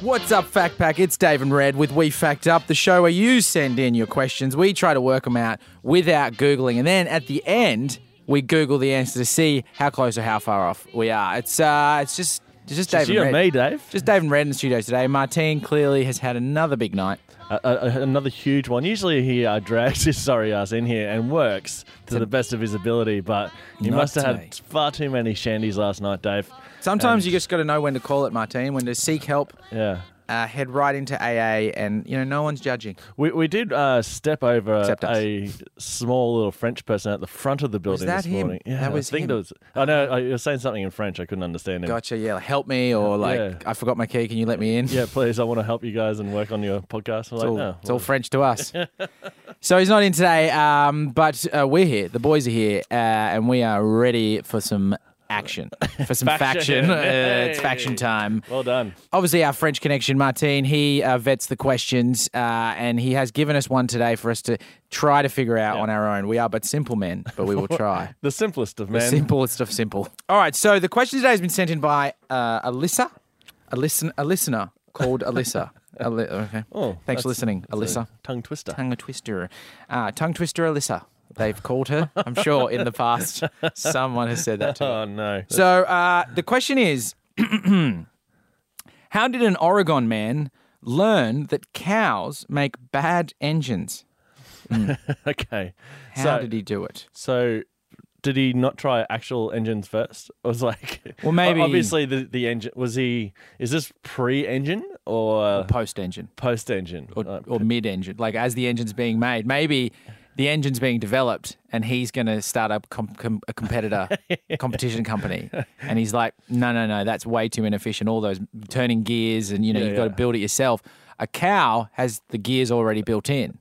What's up, Fact Pack? It's Dave and Red with We Fact Up, the show where you send in your questions. We try to work them out without Googling. And then at the end, we Google the answer to see how close or how far off we are. It's uh, it's just, it's just Dave It's you and and Red. me, Dave. Just Dave and Red in the studio today. Martine clearly has had another big night. Uh, uh, another huge one. Usually he uh, drags his sorry ass in here and works to the best of his ability, but you Not must have today. had far too many shandies last night, Dave. Sometimes And- you just got to know when to call it, Martine, when to seek help, Yeah. uh, head right into AA, and, you know, no one's judging. We, we did uh, step over Except us. a small little French person at the front of the building that this him? morning. Yeah, That was I think him. that was. Oh no, I, you were saying something in French. I couldn't understand him. Gotcha, yeah, like, help me, or like, Yeah. I forgot my key, can you let me in? Yeah, please. I want to help you guys and work on your podcast. I'm It's like, oh, all, no, it's all French to us. so he's not in today, um, but uh, we're here. The boys are here, uh, and we are ready for some action, for some faction. Faction. Uh, it's faction Hey. time. well done. Obviously, our French connection, Martine, he uh, vets the questions, uh, and he has given us one today for us to try to figure out on our own. We are but simple men, but we will try. The simplest of men. Simplest of simple. All right, so the question today has been sent in by uh, Alyssa, a, listen, a listener called Alyssa. Ali- okay. Oh, Thanks that's- for listening, Alyssa. Tongue twister. Tongue twister. Uh, tongue twister Alyssa. They've called her. I'm sure in the past someone has said that to her. Oh no. So uh, the question is How did an Oregon man learn that cows make bad engines? okay. How so, did he do it? So, did he not try actual engines first? It was like, Well, maybe- Obviously, the, the engine was he. Is this pre-engine or Post engine post-engine? or, Uh, or mid engine, like as the engine's being made. Maybe the engine's being developed and he's going to start up com- com- a competitor, competition company. And he's like, no, no, no, that's way too inefficient. All those turning gears and, you know, you've got to yeah. build it yourself. A cow has the gears already built in.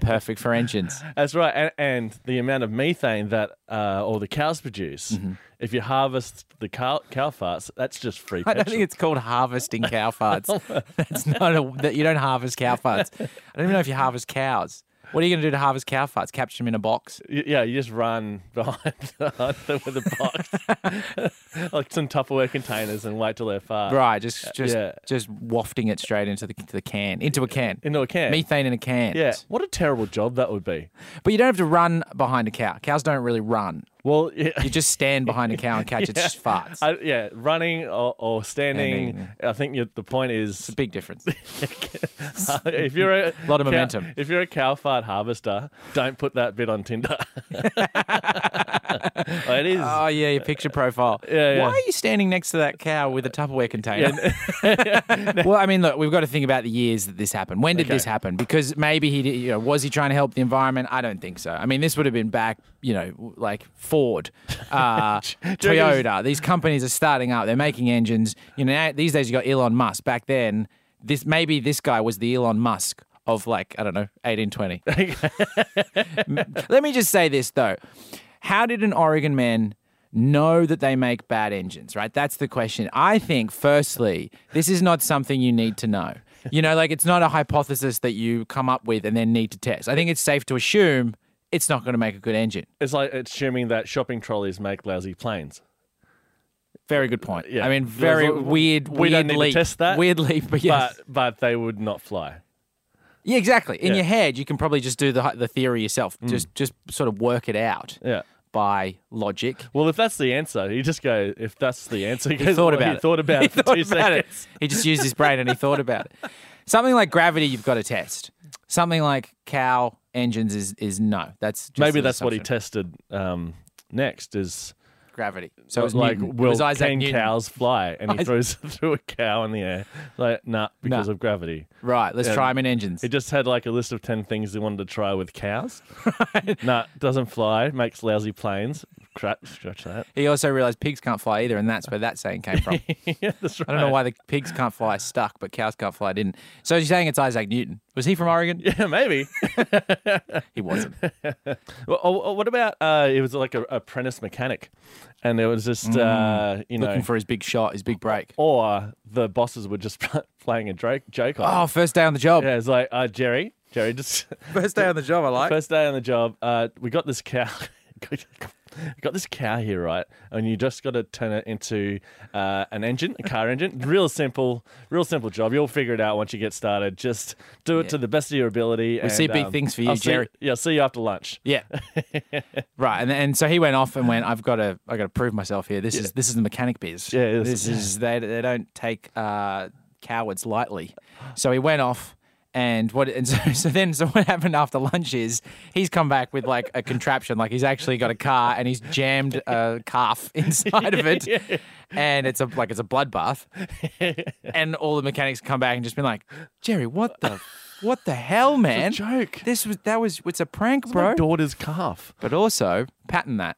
Perfect for engines. that's right. And, and the amount of methane that uh, all the cows produce. Mm-hmm. If you harvest the cow, cow farts, that's just free I petrol. don't think it's called harvesting cow farts. That's not a, that you don't harvest cow farts. I don't even know if you harvest cows. What are you going to do to harvest cow farts? Capture them in a box? Y- Yeah, you just run behind the, with a box, like some Tupperware containers, and wait till they're far. Right, just just Uh, yeah. just wafting it straight into the to the can, into a can, Into a can. methane in a can. Yeah, what a terrible job that would be. but you don't have to run behind a cow. Cows don't really run. Well, yeah, You just stand behind a cow and catch its farts. I, yeah, running or, or standing. Standing, I think you the point is Big difference. if you're a Lot of cow- momentum. If you're a cow fart harvester, don't put that bit on Tinder. it is. Oh yeah, your picture profile. Yeah, yeah. Why are you standing next to that cow with a Tupperware container? well, I mean, look, we've got to think about the years that this happened. When did Okay. this happen? Because maybe he, did, you know, was he trying to help the environment? I don't think so. I mean, this would have been back, you know, like Ford, uh, do you reckon- Toyota. These companies are starting up. They're making engines. You know, now- these days you got Elon Musk. Back then, this maybe this guy was the Elon Musk of like I don't know, eighteen twenty. Let me just say this though. How did an Oregon man know that they make bad engines, right? That's the question. I think firstly, this is not something you need to know. You know, like it's not a hypothesis that you come up with and then need to test. I think it's safe to assume it's not going to make a good engine. It's like assuming that shopping trolleys make lousy planes. Very good point. Yeah. I mean, very Because weird, we weird don't need to leap. test that, Weird leap, but yes. But but they would not fly. yeah, exactly. In Yeah. Mm. your head, you can probably just do the, hy- the theory yourself. Just, just sort of work it out Yeah. by logic. Well, if that's the answer, you just go. If that's the answer, you He thought about he it. Thought about He it for thought two about it. seconds. He just used his brain and he thought about it. Something like gravity, you've got to test. Something like cow engines is is no. That's just Maybe an that's what he assumption. tested um, next. Is gravity. So it was like, like it will was Isaac can Newton. cows fly? And he Isaac- throws threw a cow in the air. Like, nah, because Nah. of gravity. Right. Let's Yeah. try him in engines. He just had like a list of ten things he wanted to try with cows. nah, doesn't fly. Makes lousy planes. Crap, stretch that. He also realized pigs can't fly either, and that's where that saying came from. I yeah, that's right. don't know why the pigs can't fly stuck, but cows can't fly didn't. So you're saying it's Isaac Newton? Was he from Oregon? Yeah, maybe. He wasn't. Well, oh, oh, what about uh, it was like a apprentice mechanic, and it was just uh, you know Mm. Looking for his big shot, his big break. or the bosses were just playing a joke, joke on. Oh, first day on the job. him. Yeah, it's like, uh, Jerry, Jerry, just First day on the job. I like. first day on the job. Uh, we got this cow. You've got this cow here, right? And you just got to turn it into uh, an engine, a car engine. Real simple, real simple job. You'll figure it out once you get started. Just do it to the best of your ability. We and, um, see big things for you, I'll see- Jerry. yeah, I'll see you after lunch. Yeah. right. And and so he went off and went, I've got to I got to prove myself here. This is this is the mechanic biz. Yeah, This this is they they don't take uh, cowards lightly. So he went off and what and so, so then so what happened after lunch is he's come back with like a contraption like he's actually got a car and he's jammed a calf inside of it and it's a like it's a bloodbath and all the mechanics come back and just been like Jerry what the what the hell man joke. this was that was it's a prank bro My daughter's calf. but also patent that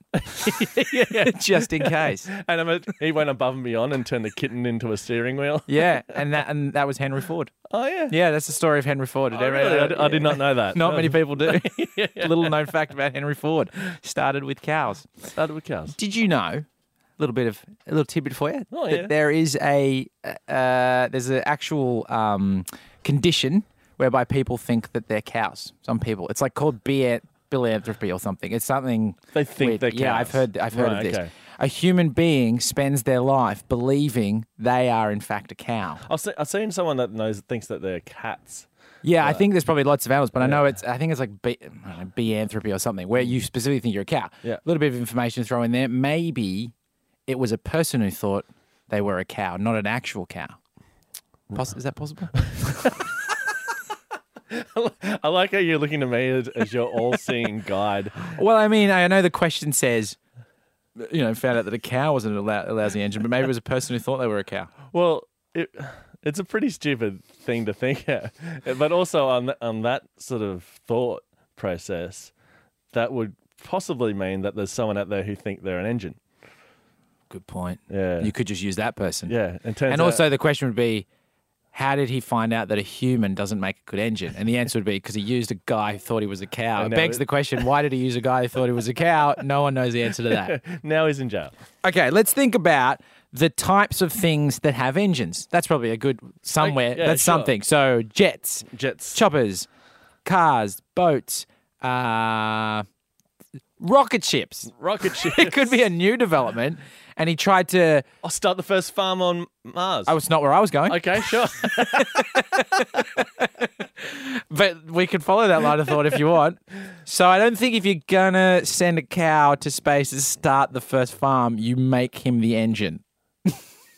just in case. And I'm a, he went above and beyond and turned the kitten into a steering wheel. Yeah, and that and that was Henry Ford. Oh, yeah. Yeah, that's the story of Henry Ford. Did I, everyone- Oh, really, I, I did not know that. Not many people do. Little known fact about Henry Ford started with cows. Started with cows. Did you know? A little bit of a little tidbit for you. Oh, yeah. That there is a uh, there's an actual um, condition whereby people think that they're cows. Some people. It's like called bi- Bilanthropy or something. It's something They think weird. they're Yeah, I've cows. heard. I've heard Right, of this. okay. A human being spends their life believing they are in fact a cow. I've, se- I've seen someone that knows thinks that they're cats. Yeah, I think there's probably lots of animals, but I know it's. I think it's like be, I don't know, beanthropy or something, where you specifically think you're a cow. Mm. Yeah. A little bit of information thrown in there. Maybe it was a person who thought they were a cow, not an actual cow. Poss- is that possible? I like how you're looking to me as, as your all-seeing guide. well, I mean, I know the question says, you know, found out that a cow wasn't a, lou- a lousy engine, but maybe it was a person who thought they were a cow. Well, it, it's a pretty stupid thing to think at, but also on th- on that sort of thought process, that would possibly mean that there's someone out there who think they're an engine. Good point. Yeah. You could just use that person. Yeah, and turns And out- also, the question would be, how did he find out that a human doesn't make a good engine? And the answer would be because he used a guy who thought he was a cow. It now begs it- the question, why did he use a guy who thought he was a cow? No one knows the answer to that. now he's in jail. Okay, let's think about the types of things that have engines. That's probably a good somewhere. yeah, That's sure. something. So jets, Jets. choppers, cars, boats, uh, rocket ships. Rocket ship. It could be a new development. And he tried to. I'll start the first farm on Mars. Oh, it's not where I was going. okay, sure. But we can follow that line of thought if you want. So I don't think if you're gonna send a cow to space to start the first farm, you make him the engine.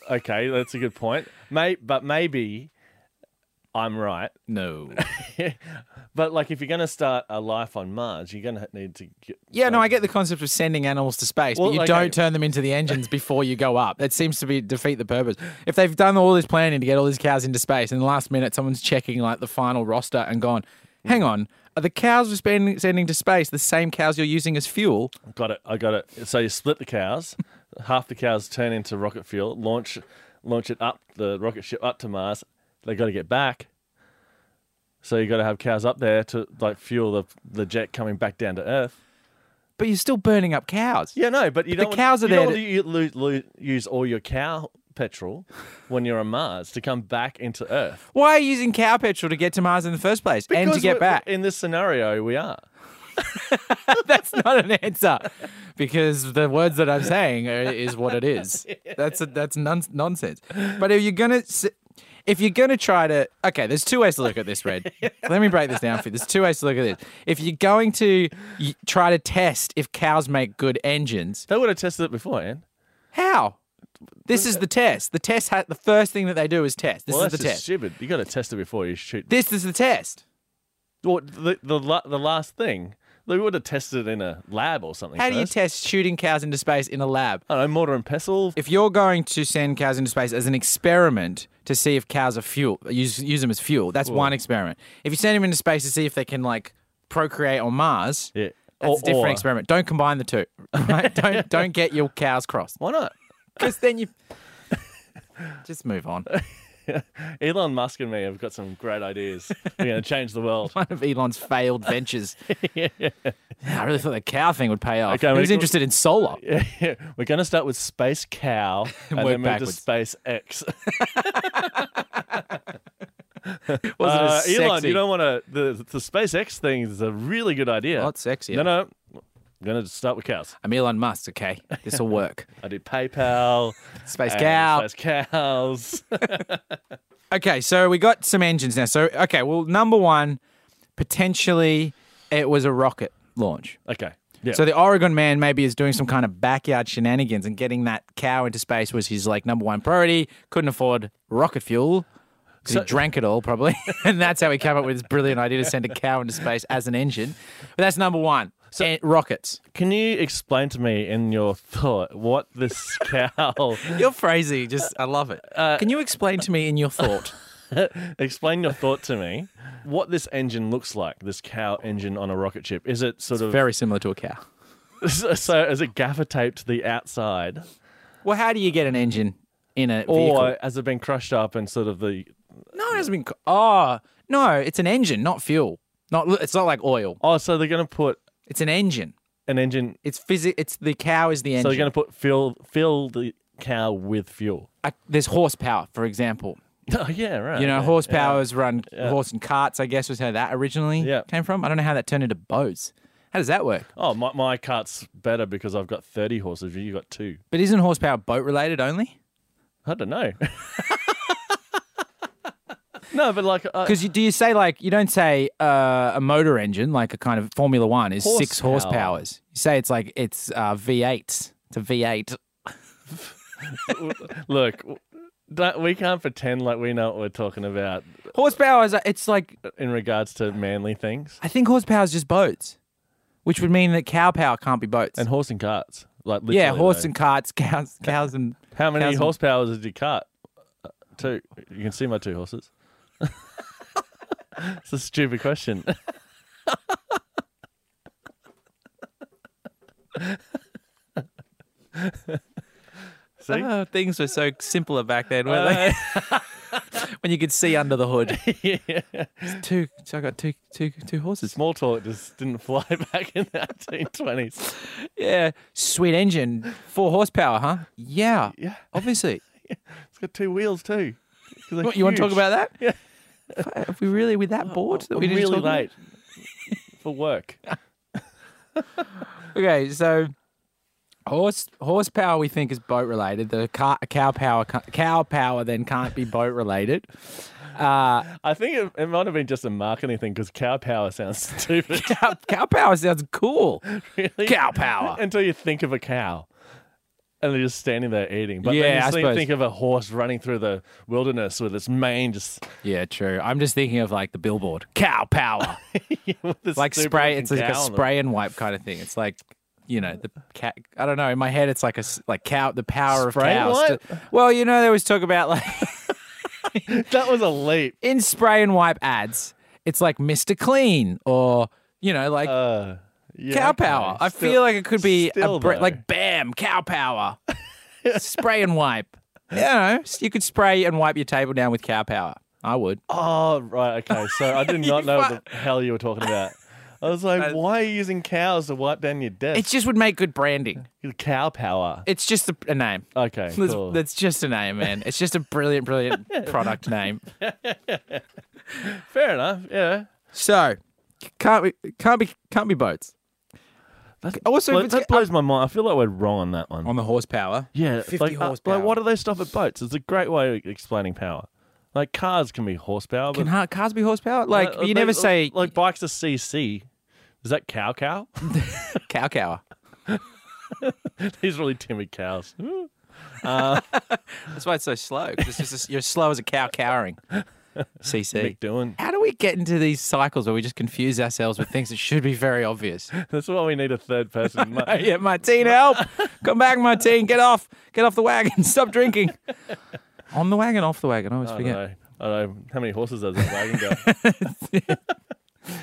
okay, that's a good point. May, but maybe I'm right. No. But like, if you're going to start a life on Mars, you're going to need to get. Yeah, no, I get the concept of sending animals to space, but Well, you okay. don't turn them into the engines before you go up. That seems to be defeat the purpose. If they've done all this planning to get all these cows into space, and the last minute someone's checking like the final roster and gone, hang on, are the cows we're spending, sending to space the same cows you're using as fuel? Got it. I got it. So you split the cows. half the cows turn into rocket fuel. Launch, launch it up the rocket ship up to Mars. They got to get back. So you got to have cows up there to like fuel the the jet coming back down to Earth. But you're still burning up cows. Yeah, no, but you the don't. cows are want, there you Don't want to u- lo- lo- use all your cow petrol when you're on Mars to come back into Earth Why are you using cow petrol to get to Mars in the first place and to Because get we- back? In this scenario, we are. That's not an answer because the words that I'm saying are, is what it is. That's a, that's non- nonsense. But if you're gonna s- if you're gonna try to okay, there's two ways to look at this, Red. Let me break this down for you. There's two ways to look at this. If you're going to y- try to test if cows make good engines, They would have tested it before, Anne. how? This is the test. The test. Ha- the first thing that they do is test. This Well, is that's the just test. stupid. You got to test it before you shoot. This is the test. Well, the the la- the last thing they would have tested it in a lab or something. How do you first. test shooting cows into space in a lab? I don't know, mortar and pestle. if you're going to send cows into space as an experiment to see if cows are fuel, use, use them as fuel, that's one experiment. If you send them into space to see if they can like procreate on Mars, Yeah. that's Or- a different or- uh, experiment. Don't combine the two. Right? don't don't get your cows crossed Why not? because then you just move on. Elon Musk and me have got some great ideas. We're going to change the world. One of Elon's failed ventures. Yeah, I really thought the cow thing would pay off. Okay, Uh, he we- was interested in solar. We're going to start with space cow and, work then move to backwards. space X. Wasn't Uh, as Elon, sexy. Oh, you don't want to. The, the SpaceX thing is a really good idea. Well, it's sexier. No, no. I'm going to start with cows. I'm Elon Musk, okay? This will work. I do PayPal, Space and cow. Space cows. Okay, so we got some engines now. So, okay, well, number one, potentially it was a rocket launch. okay. Yeah. So the Oregon man maybe is doing some kind of backyard shenanigans and getting that cow into space was his like number one priority. Couldn't afford rocket fuel. 'cause he drank it all probably, and that's how he came up with his brilliant idea to send a cow into space as an engine. But that's number one. Eh, rockets. Can you explain to me in your thought what this cow? You're crazy. Just I love it. Uh, Can you explain to me in your thought? explain your thought to me. What this engine looks like? This cow engine on a rocket ship. Is it sort of Very similar to a cow. so? Is it gaffer taped to the outside, Well, how do you get an engine in a vehicle? or has it been crushed up and sort of the? No, it hasn't been. co- Oh, no, it's an engine, not fuel. Not it's not like oil. Oh, so they're going to put It's an engine. an engine. It's physic. It's the cow is the So engine. they're going to put fuel, fill the cow with fuel. I- Uh, there's horsepower, for example. Oh yeah, right. You know, yeah, horsepower is run horse and carts. I guess was how that originally Yeah. came from. I don't know how that turned into boats. How does that work? yeah. Oh, my my cart's better because I've got thirty horses. You got two. But isn't horsepower boat related only? I don't know. no, but like uh, Because you, do you say like you don't say uh, a motor engine like a kind of Formula One is six Horsepower. horsepowers. You say it's like it's uh, V8. It's a V8. look, don't, we can't pretend like we know what we're talking about Horsepower is it's like in regards to manly things I think horsepower is just boats, which would mean that cow power can't be boats. and horse and carts. Like literally, yeah, horse though. and carts, cows, cows and how many cows and- horsepowers did your cart? Uh, Two. You can see my two horses. it's a stupid question. See? Oh, things were so simpler back then, weren't Uh, they? when you could see under the hood. It's two. So I got two, two, two horses. Small talk just didn't fly back in the 1820s. Yeah, sweet engine, four horsepower, huh? Yeah, Yeah. obviously. It's got two wheels too. 'Cause they're What, you want to talk huge. Oh, about that? Yeah. Are we really with that bored that I'm we didn't really talk about? late for work. Okay, so horse horsepower we think is boat related. The car, cow power ca- cow power then can't be boat related. Uh, I think it, it might have been just a marketing thing because cow power sounds stupid, cow, cow power sounds cool. really. Cow power. Until you think of a cow, and they're just standing there eating. But Yeah, then you I see- suppose. think of a horse running through the wilderness with its mane just Yeah, true. I'm just thinking of like the billboard cow power, with this like stupid spray. looking It's like a cow on the- spray and wipe kind of thing. It's like. You know the cat. I don't know. In my head, it's like a s- like cow. The power Spray and of cows. to- well, you know, they always talk about like That was a leap. in spray and wipe ads. It's like Mister Clean or you know like Uh, yeah, cow okay. power. I Still- feel like it could be a still br- though. like bam, cow power. spray and wipe. You know, s- you could spray and wipe your table down with cow power. I would. Oh right, okay. So I did not know what the hell you were talking about. I was like, why are you using cows to wipe down your It desk? just would make good branding. cow power. It's just a, a name. Okay, That's, cool. that's just a name, man. It's just a brilliant, brilliant product name. fair enough. Yeah. So can't be, can't be, can't be boats. also, Blo- if it's that blows my mind. I feel like we're wrong on that one. on the horsepower, yeah, 50 like, uh, horsepower. like why do they stop at boats? It's a great way of explaining power. Like cars can be horsepower, but can ha- cars be horsepower? Like uh, you never like- say like bikes are CC. Is that cow cow? cow cower. These really timid cows. That's why it's so slow. 'cause It's just you're slow as a cow cowering. CC. Mick doing. How do we get into these cycles where we just confuse ourselves with things that should be very obvious? That's why we need a third person. Ma- yeah, Martine, help! Come back, Martine. Get off. Get off the wagon. Stop drinking. On the wagon, off the wagon. I always I don't forget. know. I don't know how many horses does that wagon go.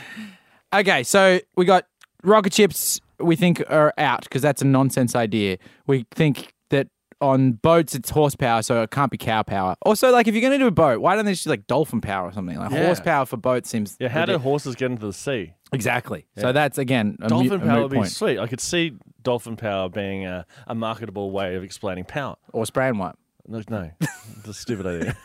Okay, so we got rocket ships. We think are out because that's a nonsense idea. We think that on boats it's horsepower, so it can't be cow power. Also, like if you're going to do a boat, why don't they just do, like dolphin power or something? Like Yeah. horsepower for boats seems Yeah, how do ridiculous. horses get into the sea? exactly. So that's again a mu- Dolphin a power moot would be point. sweet. I could see dolphin power being a, a marketable way of explaining power. or spray and wipe. No, no, it's a stupid idea.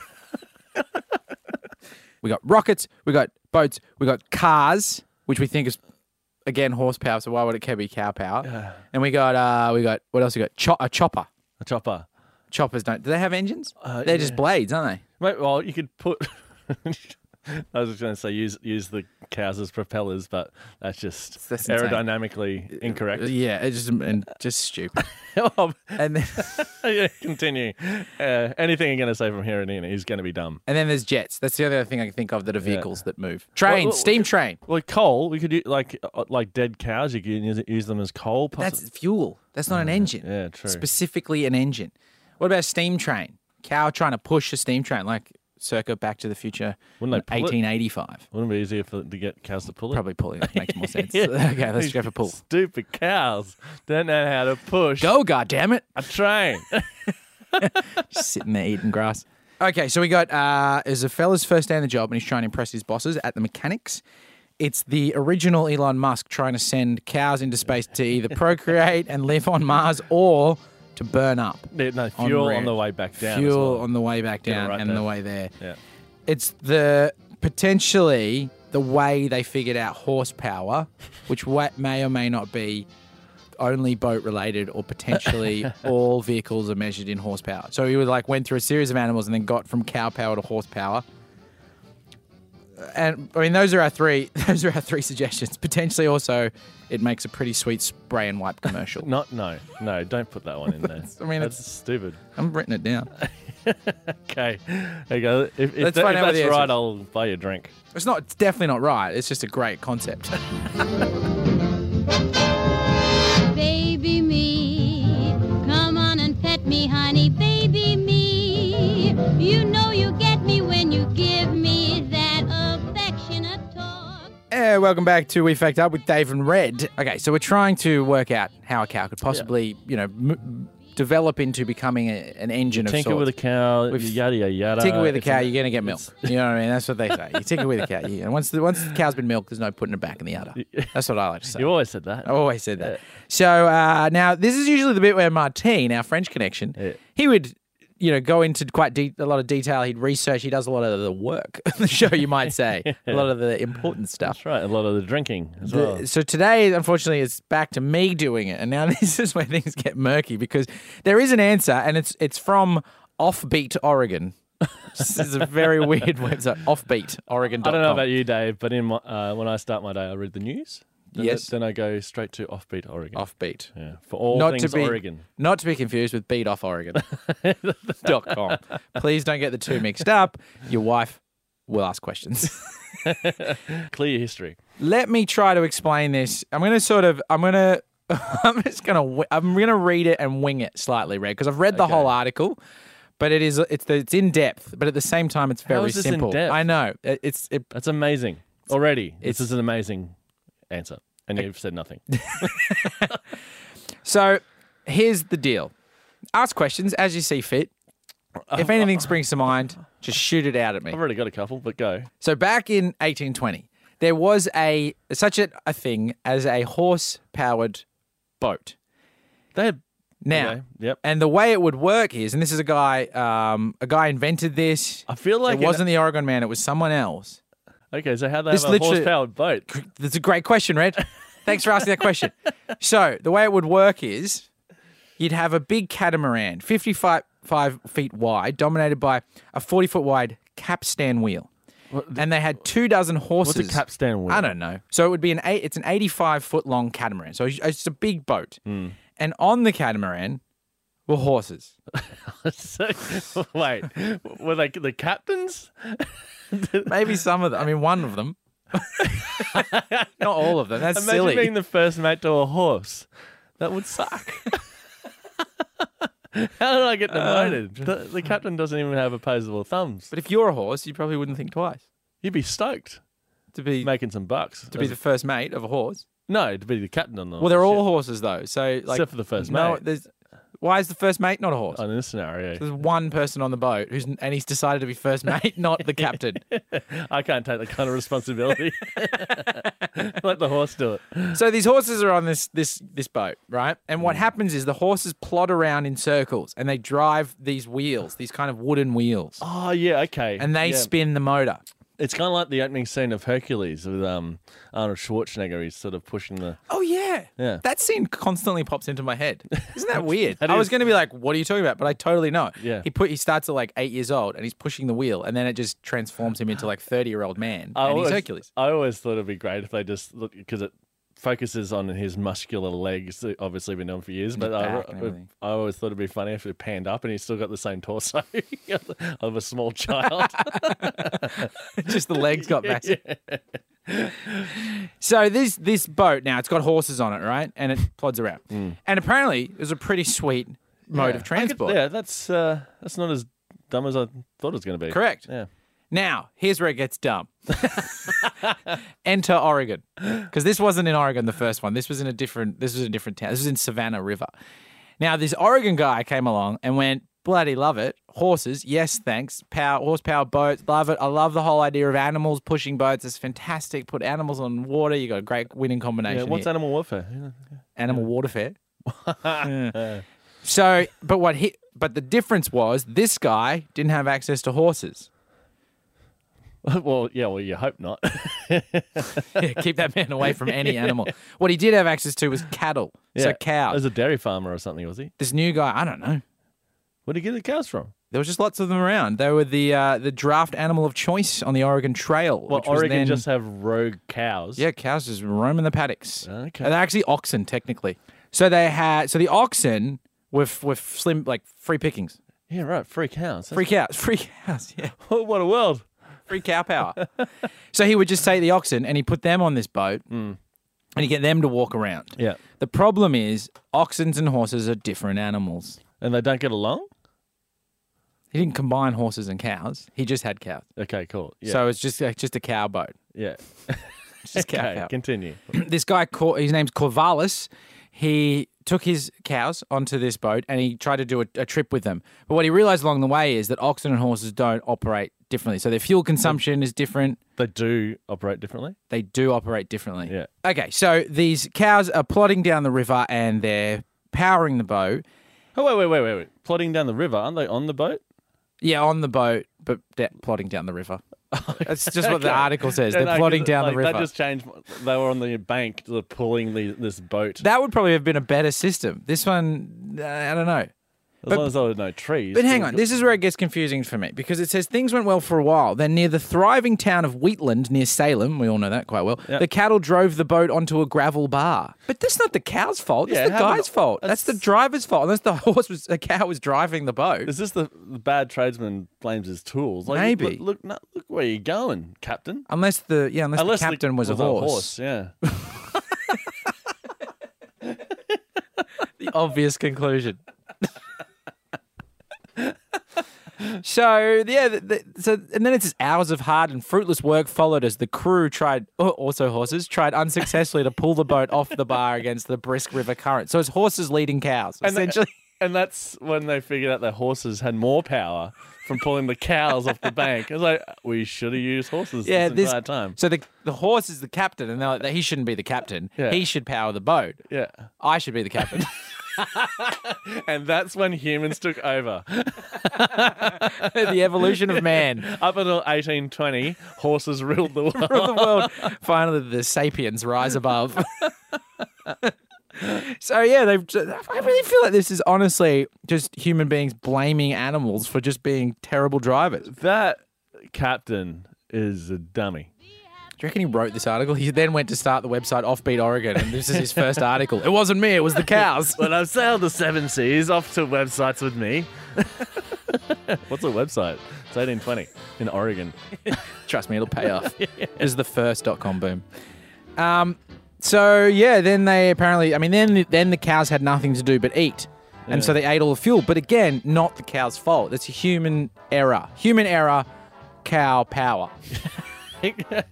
We got rockets. We got boats. We got cars, which we think is again horsepower, so why would it can't be cow power? And we got uh we got what else we got? Cho- a chopper. A chopper. Choppers don't. Do they have engines? Uh, They're just yeah. blades, aren't Mate, well, you could put. I was just going to say use use the cows as propellers, but that's just That's insane. Uh, aerodynamically incorrect. they? Yeah, it's just and just stupid. uh, And then Oh, yeah, continue. Uh, anything you're going to say from here on in is going to be dumb. and then there's jets. That's the other thing I can think of that are vehicles that move. Train, well, steam train. Well, coal, we could use, like uh, like dead cows. You could use, use them as coal. Possi- That's fuel. That's not an engine. yeah, true. Specifically an engine. What about a steam train? Cow trying to push a steam train like circa Back to the Future. Wouldn't they pull it? 1885. Wouldn't it be easier for to get cows to pull it? Probably pulling it makes more sense. Okay, let's go for pull. Stupid cows don't know how to push Go, goddammit. a train. Just sitting there eating grass. Okay, so we got uh is a fella's first day on the job and he's trying to impress his bosses at the mechanics. It's the original Elon Musk trying to send cows into space to either procreate and live on Mars or to burn up. Yeah, no on fuel on, route. the way back down. as Fuel well. on the way back down right and the there. way there. Yeah. It's the potentially the way they figured out horsepower, which wa- may or may not be only boat related or potentially all vehicles are measured in horsepower. So he would like went through a series of animals and then got from cow power to horsepower. And I mean those are our three those are our three suggestions. Potentially also it makes a pretty sweet spray and wipe commercial. Not no no. Don't put that one in there. I mean, that's stupid. I'm writing it down. Okay, there you go. If, if, Let's that- find if out what that's the right, answer is. I'll buy you a drink. It's not it's definitely not right. It's just a great concept. Baby me, come on and pet me, honey. Baby me, you know you get me when you give me that affectionate talk. Hey, welcome back to We Fact Up with Dave and Red. Okay, so we're trying to work out how a cow could possibly, you know, m- develop into becoming a, an engine of Tinker sorts. with a cow. We've- yada yada yada. tinker with a It's cow, a- you're gonna get milk. You know what I mean? That's what they say. You tinker with a cow, you, and once the once the cow's been milked, there's no putting it back in the udder. That's what I like to say. You always said that. I always said that. So uh, now this is usually the bit where Martine, our French connection, Yeah. he would, you know, go into quite de- a lot of detail. He'd research. He does a lot of the work, the show you might say, a lot of the important stuff. That's right. A lot of the drinking as The- well. so today, unfortunately, it's back to me doing it, and now this is where things get murky because there is an answer, and it's it's from Offbeat Oregon. this is a very weird website, Offbeat Oregon. I don't know about you, Dave, but in my, uh, when I start my day, I read the news. Then Yes. Then I go straight to offbeat Oregon. Offbeat. yeah, for all Not to things be Oregon. not to be confused with beat off Oregon. dot com. Please don't get the two mixed up. Your wife will ask questions. Clear your history. let me try to explain this. I'm going to sort of, I'm going to, I'm just going to, wi- I'm going to read it and wing it slightly, Red, because I've read the whole article, but it is, it's, the, it's in depth, but at the same time, it's very is this in simple. depth? I know. It- It's, it, That's amazing already. It's- This is an amazing answer, and you've said nothing. so here's the deal ask questions as you see fit. If anything springs to mind, just shoot it out at me. I've already got a couple, but go. So back in 1820, there was a such a, a thing as a horse-powered boat. They had Now, Okay, yep. and the way it would work is, and this is a guy, um, a guy invented this. I feel like it wasn't the Oregon man; it was someone else. okay. So how they This have a literally- horse-powered boat? That's a great question, Red. Thanks for asking that question. So the way it would work is, you'd have a big catamaran, 55 five feet wide, dominated by a 40 foot wide capstan wheel. and they had two dozen horses. What's a capstan wheel? I don't know. So it would be an eight. It's an eighty-five foot long catamaran. So it's- it's a big boat, Hmm. and on the catamaran were horses. So, wait, were they the captains? Maybe some of them. I mean, one of them. Not all of them. That's Imagine silly. being the first mate to a horse. That would suck. How did I get demoted? Uh, the, the captain doesn't even have opposable thumbs. but if you're a horse, you probably wouldn't think twice You'd be stoked to be making some bucks. to be the first mate of a horse. no, to be the captain on the. Well, they're ship. all horses though. So like, Oh, Except for the first no, mate. there's. Why is the first mate not a horse? on this scenario. There's one person on the boat who's and he's decided to be first mate, not the captain. I can't take that kind of responsibility. Let the horse do it. So these horses are on this this this boat, right? And Hmm. what happens is the horses plod around in circles and they drive these wheels, these kind of wooden wheels, Oh yeah, okay. and they yeah. spin the motor. It's kind of like the opening scene of Hercules with um, Arnold Schwarzenegger. He's sort of pushing the. Oh yeah. Yeah. That scene constantly pops into my head. Isn't that weird? I was is- going to be like, "What are you talking about?" But I totally know. Yeah. He put he starts at like eight years old and he's pushing the wheel, and then it just transforms him into like thirty year old man, I and he's always- Hercules. I always thought it'd be great if they just look because it focuses on his muscular legs. that Obviously, been on for years, but I, back and everything. I always thought it'd be funny if it panned up and he's still got the same torso of a small child. just the legs got massive. So this this boat now it's got horses on it, right? And it plods around. And apparently it was a pretty sweet mode Mm. Yeah. I of could- transport. yeah, that's uh, that's not as dumb as I thought it was going to be. Correct. Yeah. Now, here's where it gets dumb. Enter Oregon. Because this wasn't in Oregon the first one. This was in a different this was in a different town. This was in Savannah River. Now, this Oregon guy came along and went, bloody love it. Horses, yes, thanks. Power horsepower boats, love it. I love the whole idea of animals pushing boats. It's fantastic. Put animals on water. You got a great winning combination. Yeah, what's here. animal warfare? Yeah. animal warfare? So, but what he but the difference was this guy didn't have access to horses. well, yeah, well, you hope not. Yeah, keep that man away from any animal. What he did have access to was cattle. yeah. So cows. As a dairy farmer or something, was he? this new guy, I don't know. Where did he get the cows from? There was just lots of them around. They were the uh, the draft animal of choice on the Oregon Trail. Well, which was Oregon then- just have rogue cows. yeah, cows just roaming the paddocks. Okay. And they're actually oxen technically. So they had so the oxen were f- were f- slim like free pickings, Yeah, right. Free cows. free cows, free cows. Yeah. Oh, what a world. free cow power. so he would just take the oxen and he put them on this boat Mm. and he get them to walk around. Yeah. The problem is oxens and horses are different animals. And they don't get along? He didn't combine horses and cows. He just had cows. Okay, cool. Yeah. So it's just like just a cow boat. yeah. Just cow Okay, cow. continue. this guy, Cor- his name's Corvallis. He took his cows onto this boat and he tried to do a, a trip with them. But what he realized along the way is that oxen and horses don't operate differently. So their fuel consumption is different. they do operate differently. they do operate differently. Yeah. Okay, so these cows are plodding down the river and they're powering the boat. Oh, wait, wait, wait, wait, wait. Plodding down the river. Aren't they on the boat? Yeah, on the boat, but de- plodding down the river. That's just what the Okay. article says. Yeah, They're no, 'cause plodding it- down like, the river. That just changed. They were on the bank sort of pulling the, this boat. That would probably have been a better system. This one, uh, I don't know. as long as there were no trees. But hang we've on, got- this is where it gets confusing for me because it says things went well for a while. Then, near the thriving town of Wheatland, near Salem, we all know that quite well, Yeah. the cattle drove the boat onto a gravel bar. But that's not the cow's fault. That's Yeah, the how would- guy's fault. That's, the that's- driver's fault. Unless the horse was, the cow was driving the boat. Is this the, the bad tradesman blames his tools? Like, Maybe. Look, look, no, look where you're going, Captain. Unless the yeah, unless, Unless the captain was, a horse. Yeah. The obvious conclusion. so yeah, the, the- so and then it says hours of hard and fruitless work followed as the crew tried, oh, also horses tried unsuccessfully to pull the boat off the bar against the brisk river current. So it's horses leading cows And the- essentially. and that's when they figured out that horses had more power from pulling the cows off the bank. It's like we should have used horses yeah, this this entire time. So the the horse is the captain, and they're like, he shouldn't be the captain. Yeah. He should power the boat. Yeah, I should be the captain. and that's when humans took over. the evolution of man. Up until 1820, horses ruled the world. of the world. Finally, the sapiens rise above. so yeah, they've. ju- I really feel like this is honestly just human beings blaming animals for just being terrible drivers. Do That captain is a dummy. you reckon he wrote this article? He then went to start the website Offbeat Oregon, and this is his first article. It wasn't me; it was the cows. When I've sailed the seven seas, off to websites with me. What's a website? It's 1820 in Oregon. Trust me, it'll pay off. This is the first dot com boom. Um, so yeah, then they apparently. I mean, then then the cows had nothing to do but eat, and so they ate all the fuel. But again, not the cow's fault. That's a human error. Human error. Cow power.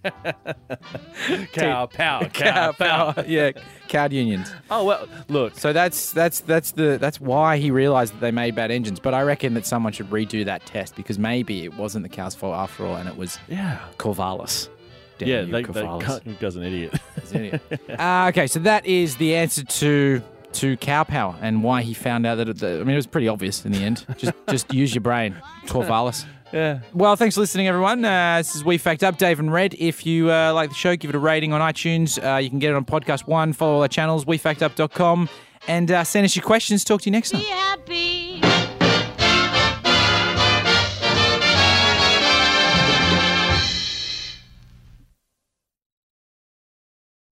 Cow power, Cow power. yeah, cow unions. Oh well, look. So that's that's that's the that's why he realized that they made bad engines. But I reckon that someone should redo that test because maybe it wasn't the cow's fault after all, and it was Yeah. Corvallis. Damn Yeah, you, they, they Corvallis. cunt guy's an idiot. uh, okay, so that is the answer to to cow power and why he found out that. It, that- I mean, it was pretty obvious in the end. Just just use your brain, Corvallis. Yeah. Well, thanks for listening, everyone. Uh, this is We Fact Up, Dave and Red. If you uh, like the show, give it a rating on iTunes. Uh, you can get it on Podcast One. Follow all our channels, wefactup.com. And uh, send us your questions. Talk to you next time. Be happy.